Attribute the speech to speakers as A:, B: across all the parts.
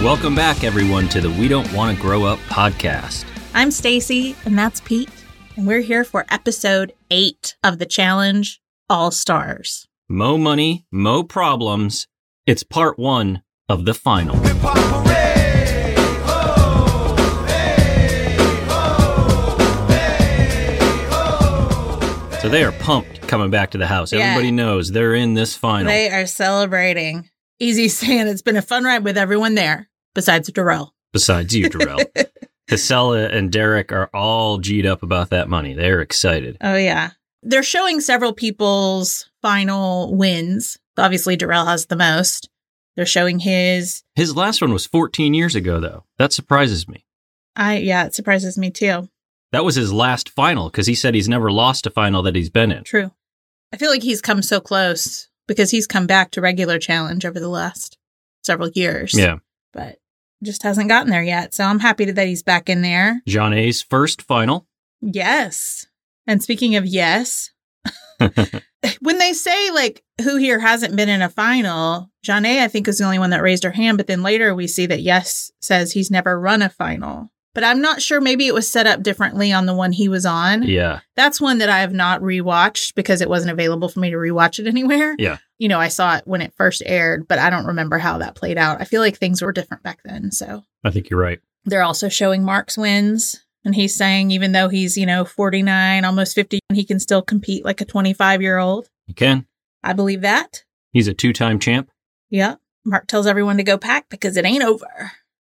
A: Welcome back, everyone, to the We Don't Want to Grow Up podcast.
B: I'm Stacy and that's Pete, and we're here for episode 8 of the challenge All Stars.
A: Mo money, mo problems. It's part one of the final.
C: Hip hop hooray! Ho! Hey! Ho! Hey! Ho!
A: So they are pumped coming back to the house.
B: Yeah.
A: Everybody knows they're in this final.
B: They are celebrating. Easy saying it's been a fun ride with everyone there besides Darrell.
A: Besides you, Darrell. Casella and Derek are all G'd up about that money. They're excited.
B: Oh yeah. They're showing several people's final wins. Obviously Darrell has the most. They're showing his
A: His last one was 14 years ago, though. That surprises me.
B: I yeah, it surprises me too.
A: That was his last final because he said he's never lost a final that he's been in.
B: True. I feel like he's come so close because he's come back to regular challenge over the last several years.
A: Yeah.
B: But just hasn't gotten there yet. So I'm happy that he's back in there.
A: John A's first final.
B: Yes. And speaking of yes, when they say like who here hasn't been in a final, John A, I think, is the only one that raised her hand. But then later we see that yes says he's never run a final. But I'm not sure. Maybe it was set up differently on the one he was on.
A: Yeah.
B: That's one that I have not rewatched because it wasn't available for me to rewatch it anywhere.
A: Yeah.
B: You know, I saw it when it first aired, but I don't remember how that played out. I feel like things were different back then. So
A: I think you're right.
B: they're also showing Mark's wins. And he's saying, even though he's, you know, 49, almost 50, he can still compete like a 25 year old.
A: You can.
B: I believe that.
A: He's a two time champ.
B: Yeah. Mark tells everyone to go pack because it ain't over.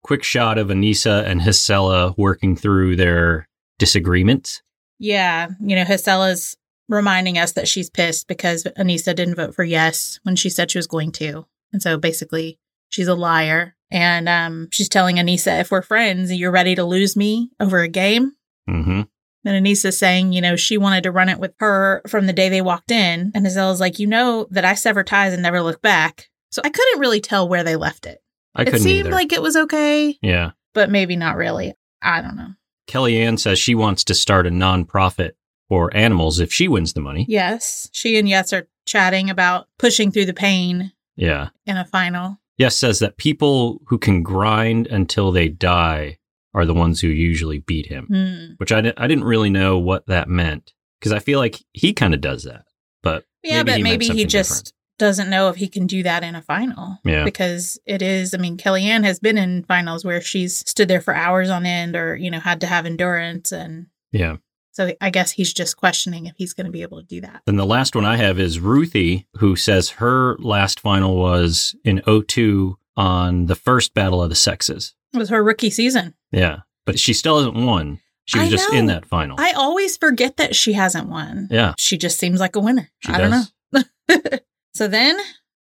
A: Quick shot of Anissa and Hisela working through their disagreements.
B: Yeah. You know, Hasella's reminding us that she's pissed because Anissa didn't vote for yes when she said she was going to. And so basically, she's a liar. And um, she's telling Anissa, if we're friends, you're ready to lose me over a game.
A: Mm-hmm.
B: And Anissa's saying, you know, she wanted to run it with her from the day they walked in. And Hasella's like, you know that I sever ties and never look back. So I couldn't really tell where they left it.
A: I
B: it
A: couldn't
B: seemed
A: either.
B: like it was okay,
A: yeah.
B: but maybe not really. I don't know.
A: Kellyanne says she wants to start a nonprofit for animals if she wins the money.
B: Yes, she and Yes are chatting about pushing through the pain
A: Yeah.
B: in a final.
A: Yes says that people who can grind until they die are the ones who usually beat him,
B: Hmm.
A: which I, di- I didn't really know what that meant because I feel like he kind of does that. But Maybe
B: Yeah,
A: he
B: but
A: meant
B: maybe he
A: something
B: just
A: different.
B: doesn't know if he can do that in a final.
A: Yeah.
B: Because it is, I mean, Kellyanne has been in finals where she's stood there for hours on end or, you know, had to have endurance and
A: yeah.
B: So I guess he's just questioning if he's going to be able to do that.
A: Then the last one I have is Ruthie, who says her last final was in 02 on the first Battle of the Sexes.
B: It was her rookie season.
A: Yeah. But she still hasn't won. She was
B: I
A: just in
B: know.
A: that final.
B: I always forget that she hasn't won.
A: yeah.
B: She just seems like a winner.
A: She
B: I
A: does.
B: don't know. so then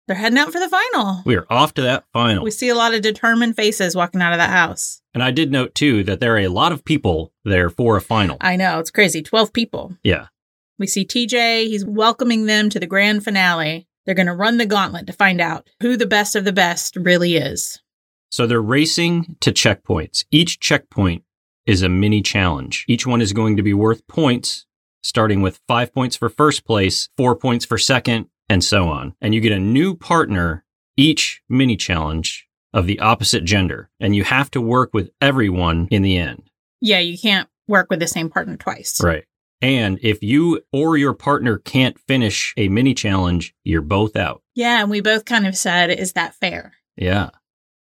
B: they're heading out for the final.
A: We are off to that final.
B: We see a lot of determined faces walking out of that house.
A: and I did note too that there are a lot of people there for a final.
B: I know, it's crazy. 12 people.
A: yeah.
B: We see TJ. He's welcoming them to the grand finale. They're going to run the gauntlet to find out who the best of the best really is.
A: So they're racing to checkpoints. Each checkpoint is a mini challenge. Each one is going to be worth points, starting with five points for first place, four points for second, and so on. And you get a new partner each mini challenge of the opposite gender. And you have to work with everyone in the end.
B: Yeah, you can't work with the same partner twice.
A: Right. And if you or your partner can't finish a mini challenge, you're both out.
B: Yeah, and we both kind of said, is that fair?
A: Yeah.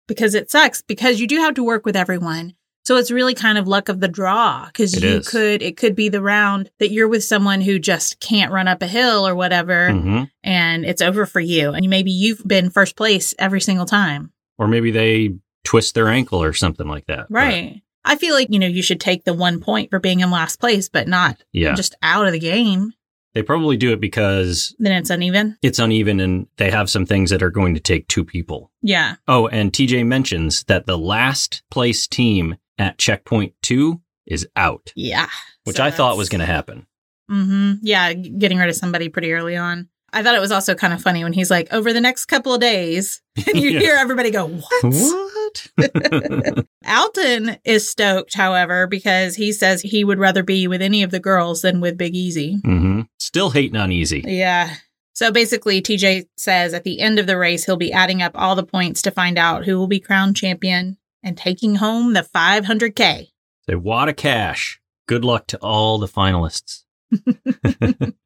B: because it sucks because you do have to work with everyone. So it's really kind of luck of the draw because
A: It
B: you
A: is.
B: could it could be the round that you're with someone who just can't run up a hill or whatever
A: hmm
B: and it's over for you and maybe you've been first place every single time.
A: Or maybe they twist their ankle or something like that. But,
B: Right. I feel like you know you should take the one point for being in last place but not
A: yeah.
B: just out of the game
A: They probably do it because
B: then it's uneven.
A: it's uneven and they have some things that are going to take two people.
B: Yeah.
A: Oh, and TJ mentions that the last place team at checkpoint two is out,
B: Yeah.
A: which I thought was going to happen.
B: hmm Yeah, g- getting rid of somebody pretty early on. I thought it was also kind of funny when he's like, over the next couple of days, and you
A: Yeah.
B: hear everybody go, what?
A: What?
B: Alton is stoked, however, because he says he would rather be with any of the girls than with Big Easy.
A: hmm Still hating Mm-hmm. on Easy.
B: Yeah. So basically, TJ says at the end of the race, he'll be adding up all the points to find out who will be crowned champion and taking home the 500K.
A: Say, wad of cash. Good luck to all the finalists.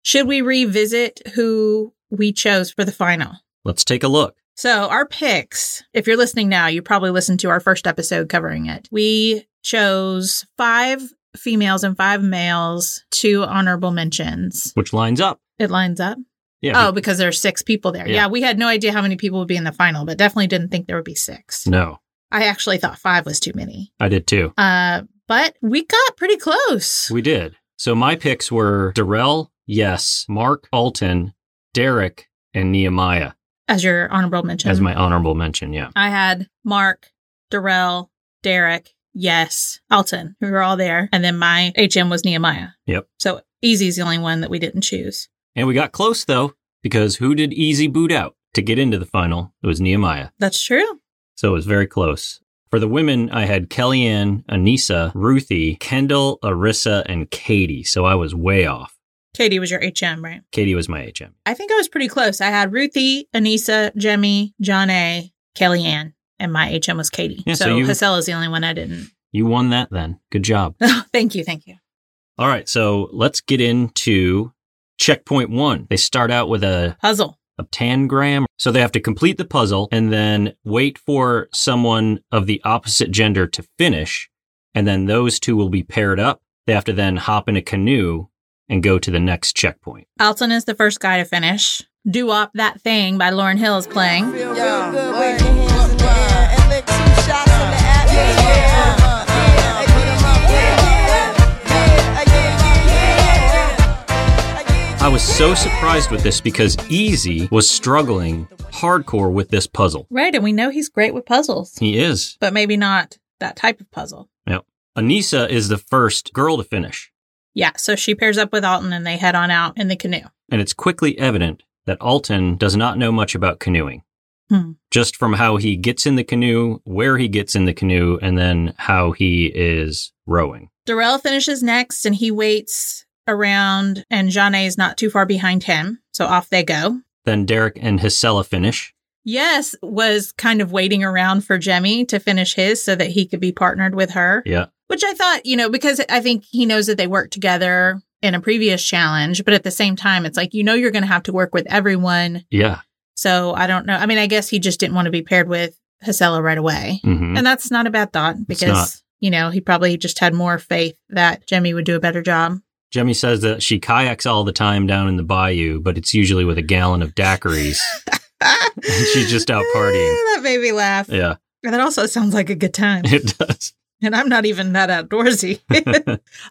B: Should we revisit who we chose for the final?
A: Let's take a look.
B: So, our picks, if you're listening now, you probably listened to our first episode covering it. We chose five females and five males, two honorable mentions.
A: Which lines up?
B: It lines up.
A: Yeah.
B: Oh, because there's six people there.
A: Yeah.
B: Yeah. we had no idea how many people would be in the final, but definitely didn't think there would be six.
A: No,
B: I actually thought five was too many.
A: I did too.
B: Uh, but we got pretty close.
A: We did. So my picks were Darrell, yes, Mark Alton, Derek, and Nehemiah
B: as your honorable mention.
A: as my honorable mention. Yeah.
B: I had Mark, Darrell, Derek, yes, Alton, who were all there. And then my HM was Nehemiah.
A: Yep.
B: So Easy's the only one that we didn't choose.
A: And we got close though, because who did Easy boot out to get into the final? It was Nehemiah.
B: That's true.
A: So it was very close. For the women, I had Kellyanne, Anissa, Ruthie, Kendall, Arissa, and Katie. So I was way off.
B: Katie was your HM, right?
A: Katie was my HM.
B: I think I was pretty close. I had Ruthie, Anissa, Jemmy, John A, Kellyanne, and my HM was Katie.
A: Yeah, so
B: so
A: you-
B: Hassel is the only one I didn't.
A: You won that then. Good job.
B: thank you. Thank you.
A: All right. So let's get into checkpoint one. They start out with a
B: Puzzle.
A: a tangram. So they have to complete the puzzle and then wait for someone of the opposite gender to finish. And then those two will be paired up. They have to then hop in a canoe and go to the next checkpoint.
B: Alton is the first guy to finish. Do Up That Thing by Lauren Hill is playing.
D: Feel real good, wave your hands in the air and lick two shots in the atmosphere. Uh, yeah, yeah, yeah, yeah, yeah.
A: I was so surprised with this because Easy was struggling hardcore with this puzzle.
B: Right. And we know he's great with puzzles,
A: He is.
B: but maybe not that type of puzzle.
A: Yep. Anissa is the first girl to finish.
B: Yeah. So she pairs up with Alton and they head on out in the canoe.
A: And it's quickly evident that Alton does not know much about canoeing.
B: Hmm.
A: Just from how he gets in the canoe, where he gets in the canoe, and then how he is rowing.
B: Darrell finishes next and he waits around, and John A is not too far behind him. So off they go.
A: Then Derek and Hisela finish.
B: Yes was kind of waiting around for Jemmy to finish his so that he could be partnered with her,
A: Yeah.
B: which I thought, you know, because I think he knows that they worked together in a previous challenge. But at the same time, it's like, you know, you're going to have to work with everyone.
A: Yeah.
B: So I don't know. I mean, I guess he just didn't want to be paired with Hasela right away.
A: hmm
B: And that's not a bad thought
A: not.
B: because, you know, he probably just had more faith that Jemmy would do a better job.
A: Jemmy says that she kayaks all the time down in the bayou, but it's usually with a gallon of daiquiris. she's just out partying.
B: that made me laugh.
A: yeah,
B: That also sounds like a good time.
A: it does.
B: and I'm not even that outdoorsy.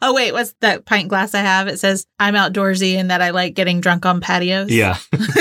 B: oh, wait, what's that pint glass I have? It says, I'm outdoorsy and that I like getting drunk on patios.
A: Yeah.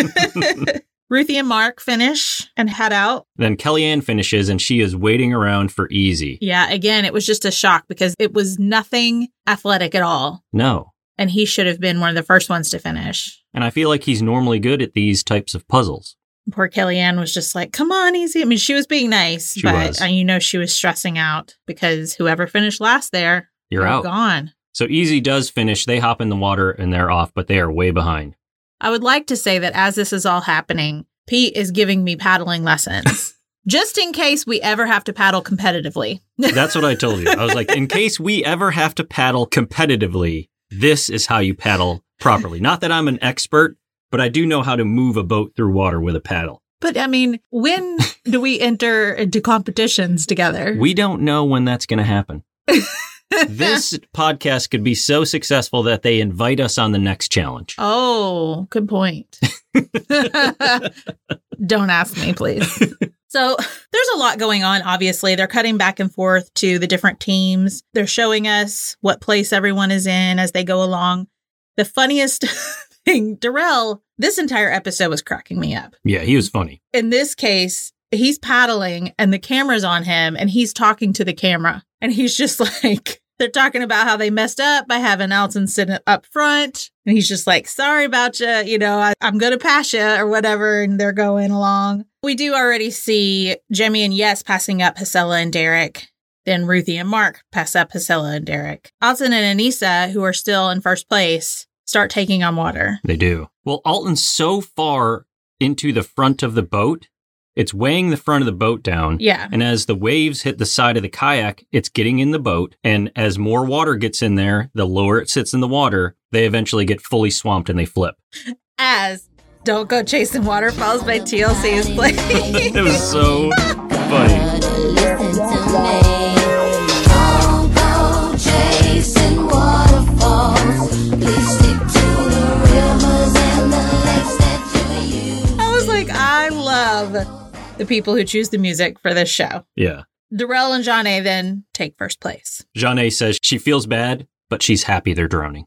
B: Ruthie and Mark finish and head out.
A: Then Kellyanne finishes and she is waiting around for Easy.
B: Yeah, again, it was just a shock because it was nothing athletic at all.
A: No.
B: And he should have been one of the first ones to finish.
A: And I feel like he's normally good at these types of puzzles.
B: Poor Kellyanne was just like, come on, easy. I mean, she was being nice,
A: She
B: but
A: was.
B: uh, you know, she was stressing out because whoever finished last there,
A: You're
B: they're
A: out.
B: Gone.
A: So Easy does finish. They hop in the water and they're off, but they are way behind.
B: I would like to say that as this is all happening, Pete is giving me paddling lessons just in case we ever have to paddle competitively.
A: That's what I told you. I was like, in case we ever have to paddle competitively, this is how you paddle properly. Not that I'm an expert, but I do know how to move a boat through water with a paddle.
B: But I mean, when do we enter into competitions together?
A: We don't know when that's going to happen. This podcast could be so successful that they invite us on the next challenge.
B: Oh, good point. Don't ask me, please. So there's a lot going on, obviously. They're cutting back and forth to the different teams. They're showing us what place everyone is in as they go along. The funniest thing, Darrell, this entire episode was cracking me up.
A: Yeah, he was funny.
B: In this case, he's paddling and the camera's on him and he's talking to the camera. And he's just like, they're talking about how they messed up by having Alton sit up front. And he's just like, sorry about you. You know, I, I'm going to pass you or whatever. And they're going along. We do already see Jemmy and Yes passing up Hasela and Derek. Then Ruthie and Mark pass up Hasela and Derek. Alton and Anissa, who are still in first place, start taking on water.
A: They do. Well, Alton's so far into the front of the boat, it's weighing the front of the boat down.
B: Yeah.
A: And as the waves hit the side of the kayak, it's getting in the boat. And as more water gets in there, the lower it sits in the water, they eventually get fully swamped and they flip.
B: As Don't Go Chasing Waterfalls by TLC is playing.
A: It was so funny.
B: I was like, I love the people who choose the music for this show.
A: Yeah.
B: Darrell and John A then take first place.
A: Jeanne says she feels bad, but she's happy they're drowning.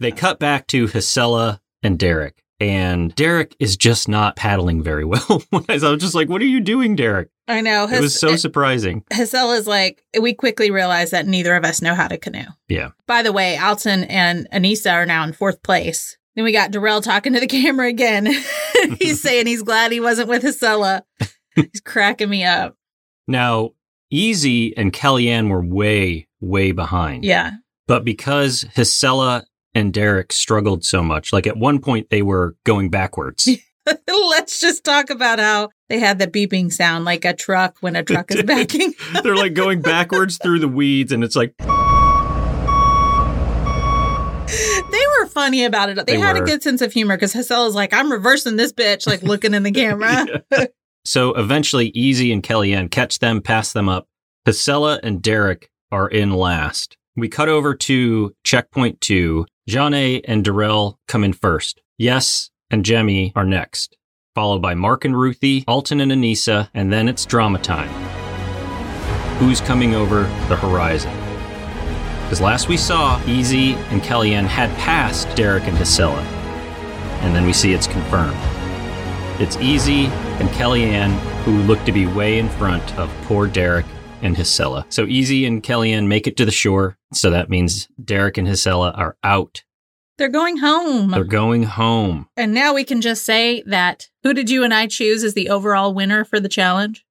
A: They cut back to Hasela and Derek. And Derek is just not paddling very well. I was just like, what are you doing, Derek?
B: I know.
A: It was so surprising.
B: Hassel is like, we quickly realize that neither of us know how to canoe.
A: Yeah.
B: By the way, Alton and Anissa are now in fourth place. Then we got Darrell talking to the camera again. he's saying he's glad he wasn't with Hasella. he's cracking me up.
A: Now, Easy and Kellyanne were way, way behind.
B: Yeah.
A: But because Hisela and Derek struggled so much, like at one point they were going backwards.
B: Let's just talk about how they had the beeping sound like a truck when a truck is backing.
A: They're like going backwards through the weeds, and it's like,
B: they were funny about it. They,
A: They
B: had a
A: were.
B: good sense of humor because Hassel is like, I'm reversing this bitch, like looking in the camera.
A: so eventually Easy and Kellyanne catch them, pass them up. Hisela and Derek are in last. We cut over to checkpoint two. Jane and Darrell come in first. Yes and Jemmy are next, followed by Mark and Ruthie, Alton and Anissa, and then it's drama time. Who's coming over the horizon? Because last we saw, Easy and Kellyanne had passed Derek and Hisela. And then we see it's confirmed. It's Easy and Kellyanne who look to be way in front of poor Derek and Hisela. So Easy and Kellyanne make it to the shore. So that means Derek and Hisela are out.
B: They're going home.
A: They're going home.
B: And now we can just say that who did you and I choose as the overall winner for the challenge?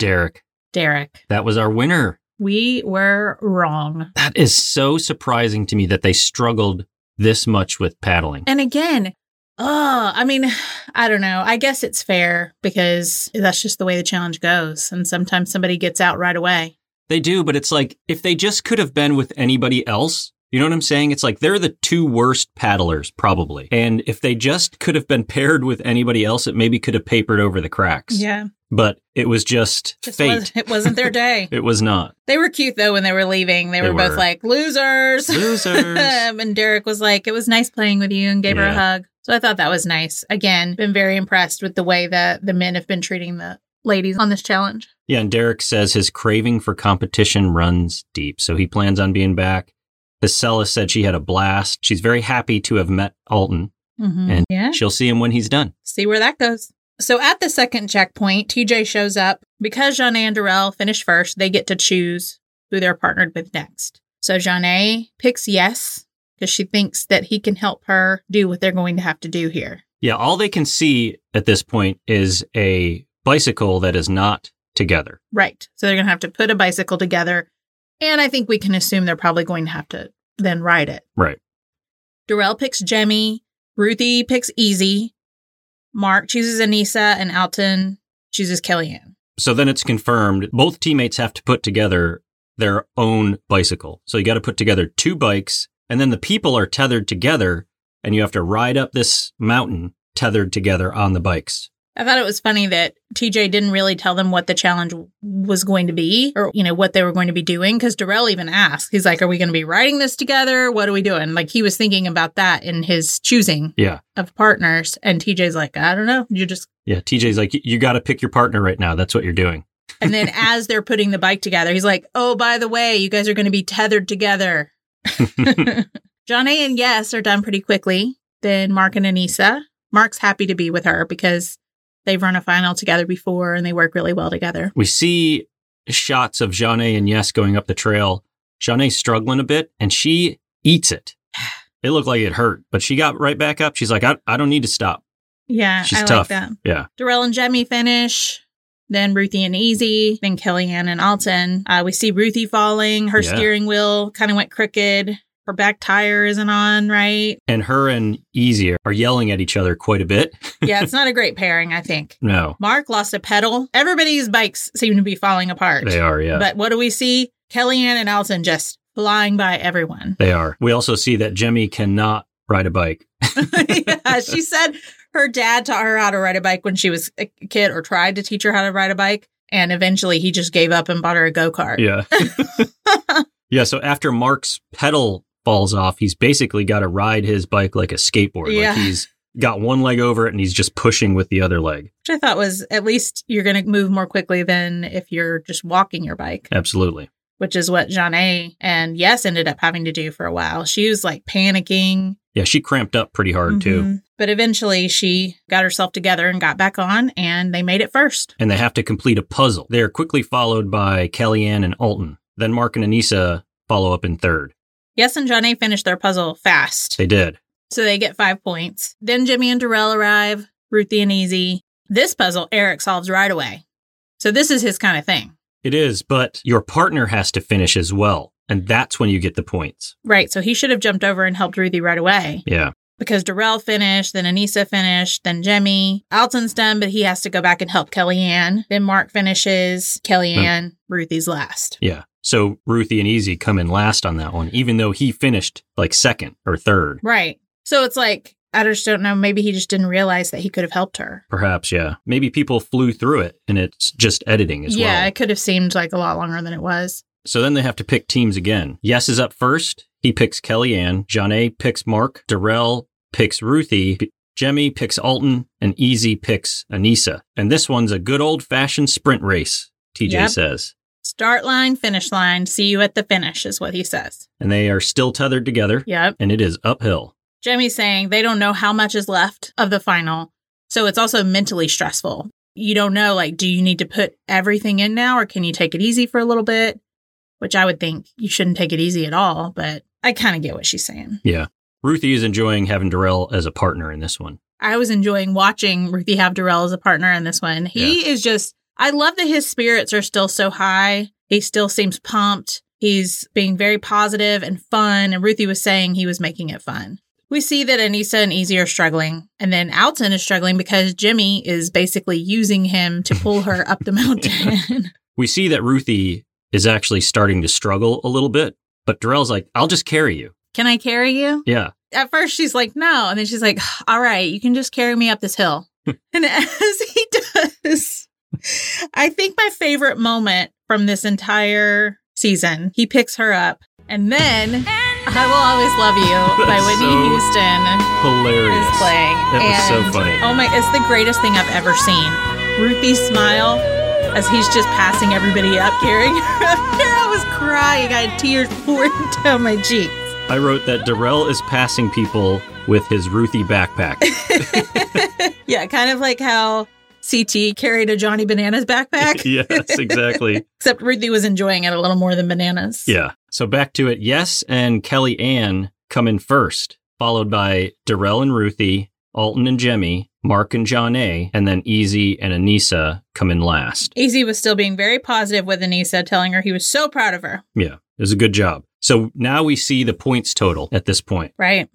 A: Derek,
B: Derek.
A: that was our winner.
B: We were wrong.
A: That is so surprising to me that they struggled this much with paddling.
B: And again, oh, I mean, I don't know. I guess it's fair because that's just the way the challenge goes. And sometimes somebody gets out right away.
A: They do, but it's like if they just could have been with anybody else, you know what I'm saying? It's like they're the two worst paddlers, probably. And if they just could have been paired with anybody else, it maybe could have papered over the cracks.
B: Yeah.
A: But it was just,
B: Just
A: fate.
B: Was, it wasn't their day.
A: It was not.
B: they were cute though when they were leaving. They,
A: They
B: were, both
A: were.
B: like, losers.
A: Losers.
B: Um, and Derek was like, it was nice playing with you and gave her a
A: Yeah.
B: hug. So I thought that was nice. Again, been very impressed with the way that the men have been treating the ladies on this challenge.
A: Yeah, and Derek says his craving for competition runs deep, so he plans on being back. Hisela said she had a blast. She's very happy to have met Alton,
B: Mm-hmm.
A: And-
B: yeah.
A: she'll see him when he's done.
B: See where that goes. So at the second checkpoint, TJ shows up. Because Jeanne and Darrell finished first, they get to choose who they're partnered with next. So Jeanne picks yes because she thinks that he can help her do what they're going to have to do here.
A: Yeah, all they can see at this point is a bicycle that is not together.
B: Right. So they're going to have to put a bicycle together. And I think we can assume they're probably going to have to then ride it.
A: Right.
B: Darrell picks Jemmy. Ruthie picks Easy. Mark chooses Anissa and Alton chooses Kellyanne.
A: So then it's confirmed both teammates have to put together their own bicycle. So you got to put together two bikes, and then the people are tethered together, and you have to ride up this mountain tethered together on the bikes.
B: I thought it was funny that TJ didn't really tell them what the challenge was going to be or, you know, what they were going to be doing. Cause Darrell even asked, he's like, are we going to be riding this together? What are we doing? Like he was thinking about that in his choosing
A: Yeah.
B: of partners. And TJ's like, I don't know. You just
A: Yeah, TJ's like, you got to pick your partner right now. That's what you're doing.
B: And then as they're putting the bike together, he's like, "Oh, by the way, you guys are going to be tethered together." John A and Yes are done pretty quickly. Then Mark and Anissa. Mark's happy to be with her because they've run a final together before and they work really well together.
A: We see shots of Jeanne and Yes going up the trail. Jeanne's struggling a bit and she eats it. It looked like it hurt, but she got right back up. She's like, I, I don't need to stop.
B: Yeah,
A: She's
B: I like
A: tough.
B: that.
A: Yeah.
B: Darrell and Jemmy finish. Then Ruthie and Easy, then Kellyanne and Alton. Uh, we see Ruthie falling. Her
A: Yeah.
B: steering wheel kind of went crooked. her back tire isn't on right.
A: And her and Easy are yelling at each other quite a bit.
B: Yeah, it's not a great pairing, I think.
A: no,
B: Mark lost a pedal. Everybody's bikes seem to be falling apart.
A: they are, yeah.
B: But what do we see? Kellyanne and Allison just flying by everyone.
A: they are. We also see that Jemmy cannot ride a bike.
B: yeah, she said her dad taught her how to ride a bike when she was a kid or tried to teach her how to ride a bike. And eventually he just gave up and bought her a go kart.
A: Yeah. yeah. So after Mark's pedal falls off, he's basically got to ride his bike like a skateboard.
B: Yeah.
A: Like he's got one leg over it and he's just pushing with the other leg.
B: Which I thought was at least you're going to move more quickly than if you're just walking your bike,
A: Absolutely.
B: which is what Jean A and Yes ended up having to do for a while. She was like panicking.
A: Yeah. She cramped up pretty hard too.
B: Mhm. But eventually she got herself together and got back on, and they made it first.
A: And they have to complete a puzzle. They are quickly followed by Kellyanne and Alton. Then Mark and Anissa follow up in third.
B: Yes and John A finished their puzzle fast.
A: They did.
B: So they get five points. Then Jimmy and Darrell arrive, Ruthie and Easy. This puzzle Eric solves right away. So this is his kind of thing.
A: It is, but your partner has to finish as well. And that's when you get the points.
B: Right. So he should have jumped over and helped Ruthie right away
A: Yeah.
B: because Darrell finished, then Anissa finished, then Jimmy. Alton's done, but he has to go back and help Kellyanne. Then Mark finishes. Kellyanne, Ruthie's last.
A: Yeah. So Ruthie and Easy come in last on that one, even though he finished like second or third.
B: Right. So it's like, I just don't know. Maybe he just didn't realize that he could have helped her.
A: Perhaps, yeah. Maybe people flew through it and it's just editing as
B: yeah,
A: well.
B: it could have seemed like a lot longer than it was.
A: So then they have to pick teams again. Yes is up first. He picks Kellyanne. Janae picks Mark. Darrell picks Ruthie. B- Jemmy picks Alton. And Easy picks Anissa. And this one's a good old fashioned sprint race, TJ
B: Yep.
A: says.
B: Start line, finish line, see you at the finish is what he says.
A: And they are still tethered together.
B: Yep.
A: And it is uphill.
B: Jamie's saying they don't know how much is left of the final. So it's also mentally stressful. You don't know, like, do you need to put everything in now or can you take it easy for a little bit? Which I would think you shouldn't take it easy at all, but I kind of get what she's saying.
A: Ruthie is enjoying having Darrell as a partner in this one.
B: I was enjoying watching Ruthie have Darrell as a partner in this one. He is just, I love that his spirits are still so high. He still seems pumped. He's being very positive and fun. And Ruthie was saying he was making it fun. We see that Anissa and Easy are struggling. And then Alton is struggling because Jimmy is basically using him to pull her up the mountain.
A: We see that Ruthie is actually starting to struggle a little bit, but Darrell's like, I'll just carry you.
B: Can I carry you?
A: Yeah.
B: at first she's like no and then she's like all right you can just carry me up this hill
A: Hmm.
B: and as he does i think my favorite moment from this entire season he picks her up and then i will always love you by
A: That's
B: whitney
A: so
B: houston
A: hilarious.
B: is playing
A: That was so
B: and
A: funny.
B: oh my it's the greatest thing i've ever seen ruthie's smile as he's just passing everybody up carrying her up there i was crying i had tears pouring down my cheeks
A: I wrote that Darrell is passing people with his Ruthie backpack.
B: Yeah, kind of like how CT carried a Johnny Bananas backpack,
A: yes, exactly.
B: except Ruthie was enjoying it a little more than bananas.
A: Yeah. So back to it. Yes, and Kelly Ann come in first, followed by Darrell and Ruthie, Alton and Jemmy, Mark and John A, and then Easy and Anissa come in last.
B: Easy was still being very positive with Anissa, telling her he was so proud of her.
A: Yeah, it was a good job. So now we see the points total at this point.
B: Right.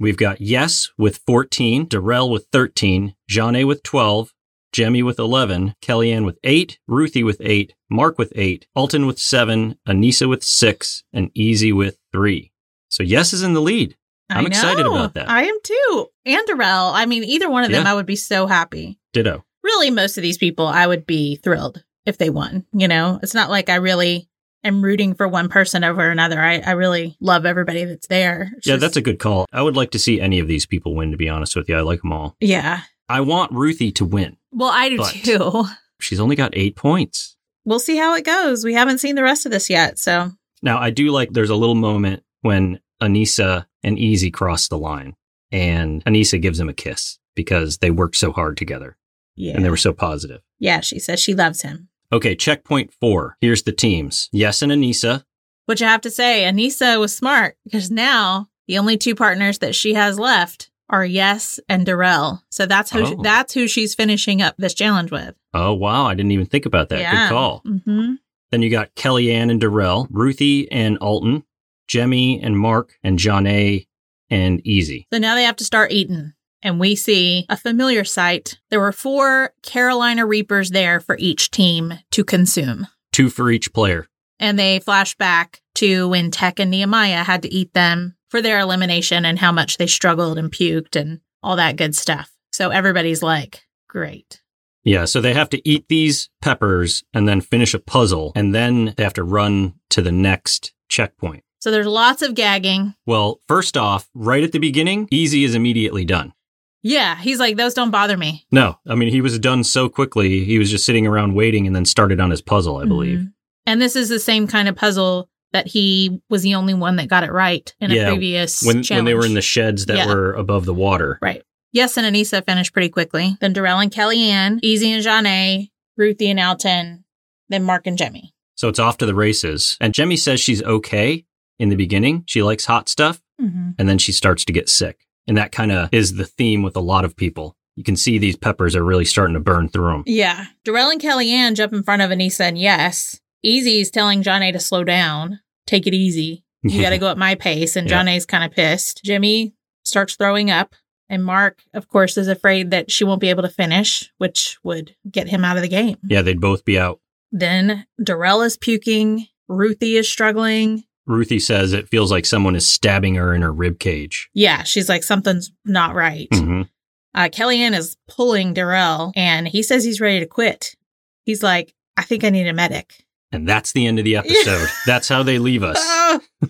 A: We've got Yes with 14, Darrell with 13, Jeanne with 12, Jemmy with 11, Kellyanne with 8, Ruthie with 8, Mark with 8, Alton with 7, Anissa with 6, and Easy with 3. So Yes is in the lead. I'm
B: I
A: excited
B: know.
A: about that.
B: I am too. And Darrell. I mean, either one of them,
A: Yeah.
B: I would be so happy.
A: Ditto.
B: Really, most of these people, I would be thrilled if they won. You know, it's not like I really am rooting for one person over another. I, I really love everybody that's there. It's
A: yeah,
B: just-
A: that's a good call. I would like to see any of these people win, to be honest with you. I like them all.
B: Yeah.
A: I want Ruthie to win.
B: Well, I do
A: But-
B: too.
A: She's only got eight points.
B: we'll see how it goes. We haven't seen the rest of this yet. So,
A: Now, I do like there's a little moment when Anissa and Easy cross the line, and Anissa gives him a kiss because they worked so hard together and they
B: yeah.
A: were so positive.
B: Yeah, she says she loves him.
A: Okay, checkpoint four. Here's the teams Yes and Anissa.
B: Which I have to say, Anissa was smart because now the only two partners that she has left are Yes and Darrell. So that's who
A: Oh.
B: that's who she's finishing up this challenge with.
A: Oh, wow. I didn't even think about that. Good call.
B: hmm
A: Then you got Kellyanne and Darrell, Ruthie and Alton, Jemmy and Mark and John A and Easy.
B: So now they have to start eating. And we see a familiar sight. There were four Carolina Reapers there for each team to consume.
A: Two for each player.
B: And they flash back to when Tech and Nehemiah had to eat them for their elimination and how much they struggled and puked and all that good stuff. So everybody's like, great.
A: Yeah, so they have to eat these peppers and then finish a puzzle, and then they have to run to the next checkpoint.
B: So there's lots of gagging.
A: Well, first off, right at the beginning, Easy is immediately done.
B: Yeah, he's like, those don't bother me.
A: No, I mean, he was done so quickly, he was just sitting around waiting and then started on his puzzle, I believe.
B: Mhm. And this is the same kind of puzzle that he was the only one that got it right in
A: Yeah,
B: a previous
A: When, when they were in
B: challenge.
A: the sheds that
B: Yeah.
A: were above the water.
B: Right. Yes and Anissa finished pretty quickly. Then Darrell and Kellyanne, Easy and Janae, Ruthie and Alton, then Mark and Jemmy.
A: So it's off to the races. And Jemmy says she's okay in the beginning. She likes hot stuff,
B: Mm-hmm.
A: and then she starts to get sick. And that kind of is the theme with a lot of people. You can see these peppers are really starting to burn through them.
B: Yeah. Darrell and Kellyanne jump in front of Anissa and yes. Easy's telling Janae to slow down. Take it easy. You got to go at my pace. And
A: Yeah.
B: Janae's kind of pissed. Jimmy starts throwing up. And Mark, of course, is afraid that she won't be able to finish, which would get him out of the game.
A: yeah, they'd both be out.
B: Then Darrell is puking. Ruthie is struggling.
A: Ruthie says it feels like someone is stabbing her in her rib cage.
B: Yeah, she's like, something's not right.
A: Mhm.
B: Uh, Kellyanne is pulling Darrell, and he says he's ready to quit. He's like, I think I need a medic.
A: And that's the end of the episode. that's how they leave us.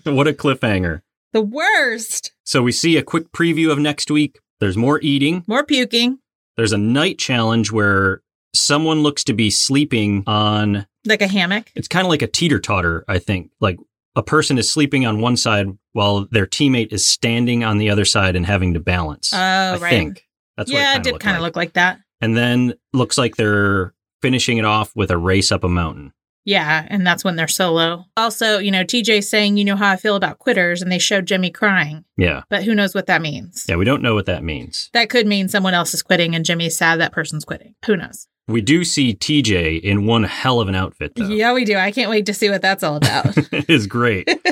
B: Oh,
A: what a cliffhanger.
B: the worst.
A: So we see a quick preview of next week. There's more eating.
B: More puking.
A: There's a night challenge where someone looks to be sleeping on
B: Like a hammock.
A: it's kind of like a teeter totter, I think. Like a person is sleeping on one side while their teammate is standing on the other side and having to balance.
B: Oh,
A: I
B: right.
A: think that's
B: yeah,
A: what
B: it did
A: kind of
B: look like that.
A: And then looks like they're finishing it off with a race up a mountain.
B: Yeah, and that's when they're solo. Also, you know, TJ saying, you know how I feel about quitters, and they showed Jimmy crying,
A: Yeah,
B: but who knows what that means.
A: yeah. We don't know what that means.
B: That could mean someone else is quitting and Jimmy's sad that person's quitting. Who knows?
A: We do see TJ in one hell of an outfit, though.
B: Yeah, we do. I can't wait to see what that's all about.
A: it is great. but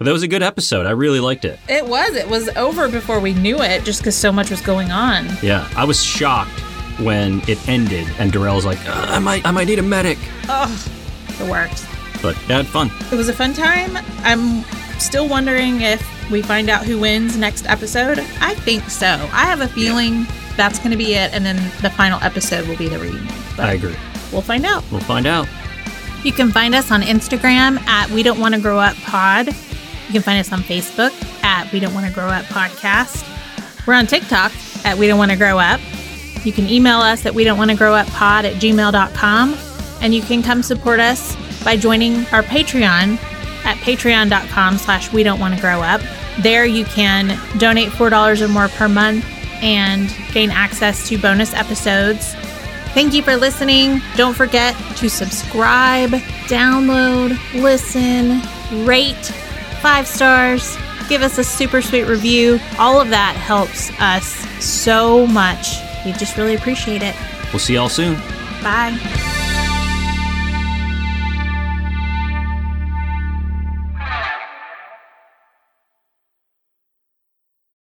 A: that was a good episode. I really liked it.
B: It was. It was over before we knew it, just because so much was going on.
A: Yeah, I was shocked when it ended, and Darrell's like, "Uh, "I might, I might need a medic,"
B: Oh, the works.
A: but yeah, I had fun.
B: It was a fun time. I'm still wondering if we find out who wins next episode. I think so. I have a feeling that's going to be it, and then the final episode will be the reunion. But
A: I agree.
B: We'll find out.
A: We'll find out.
B: You can find us on Instagram at We Don't Want to Grow Up Pod. You can find us on Facebook at We Don't Want to Grow Up Podcast. We're on TikTok at We Don't Want to Grow Up. You can email us at We Don't Want to Grow Up Pod at gmail.com. And you can come support us by joining our Patreon at patreon.com slash We Don't Want to Grow Up. There you can donate $4 or more per month and gain access to bonus episodes Thank you for listening. Don't forget to subscribe, download, listen, rate five stars, give us a super sweet review. All of that helps us so much. We just really appreciate it.
A: We'll see y'all soon.
B: Bye.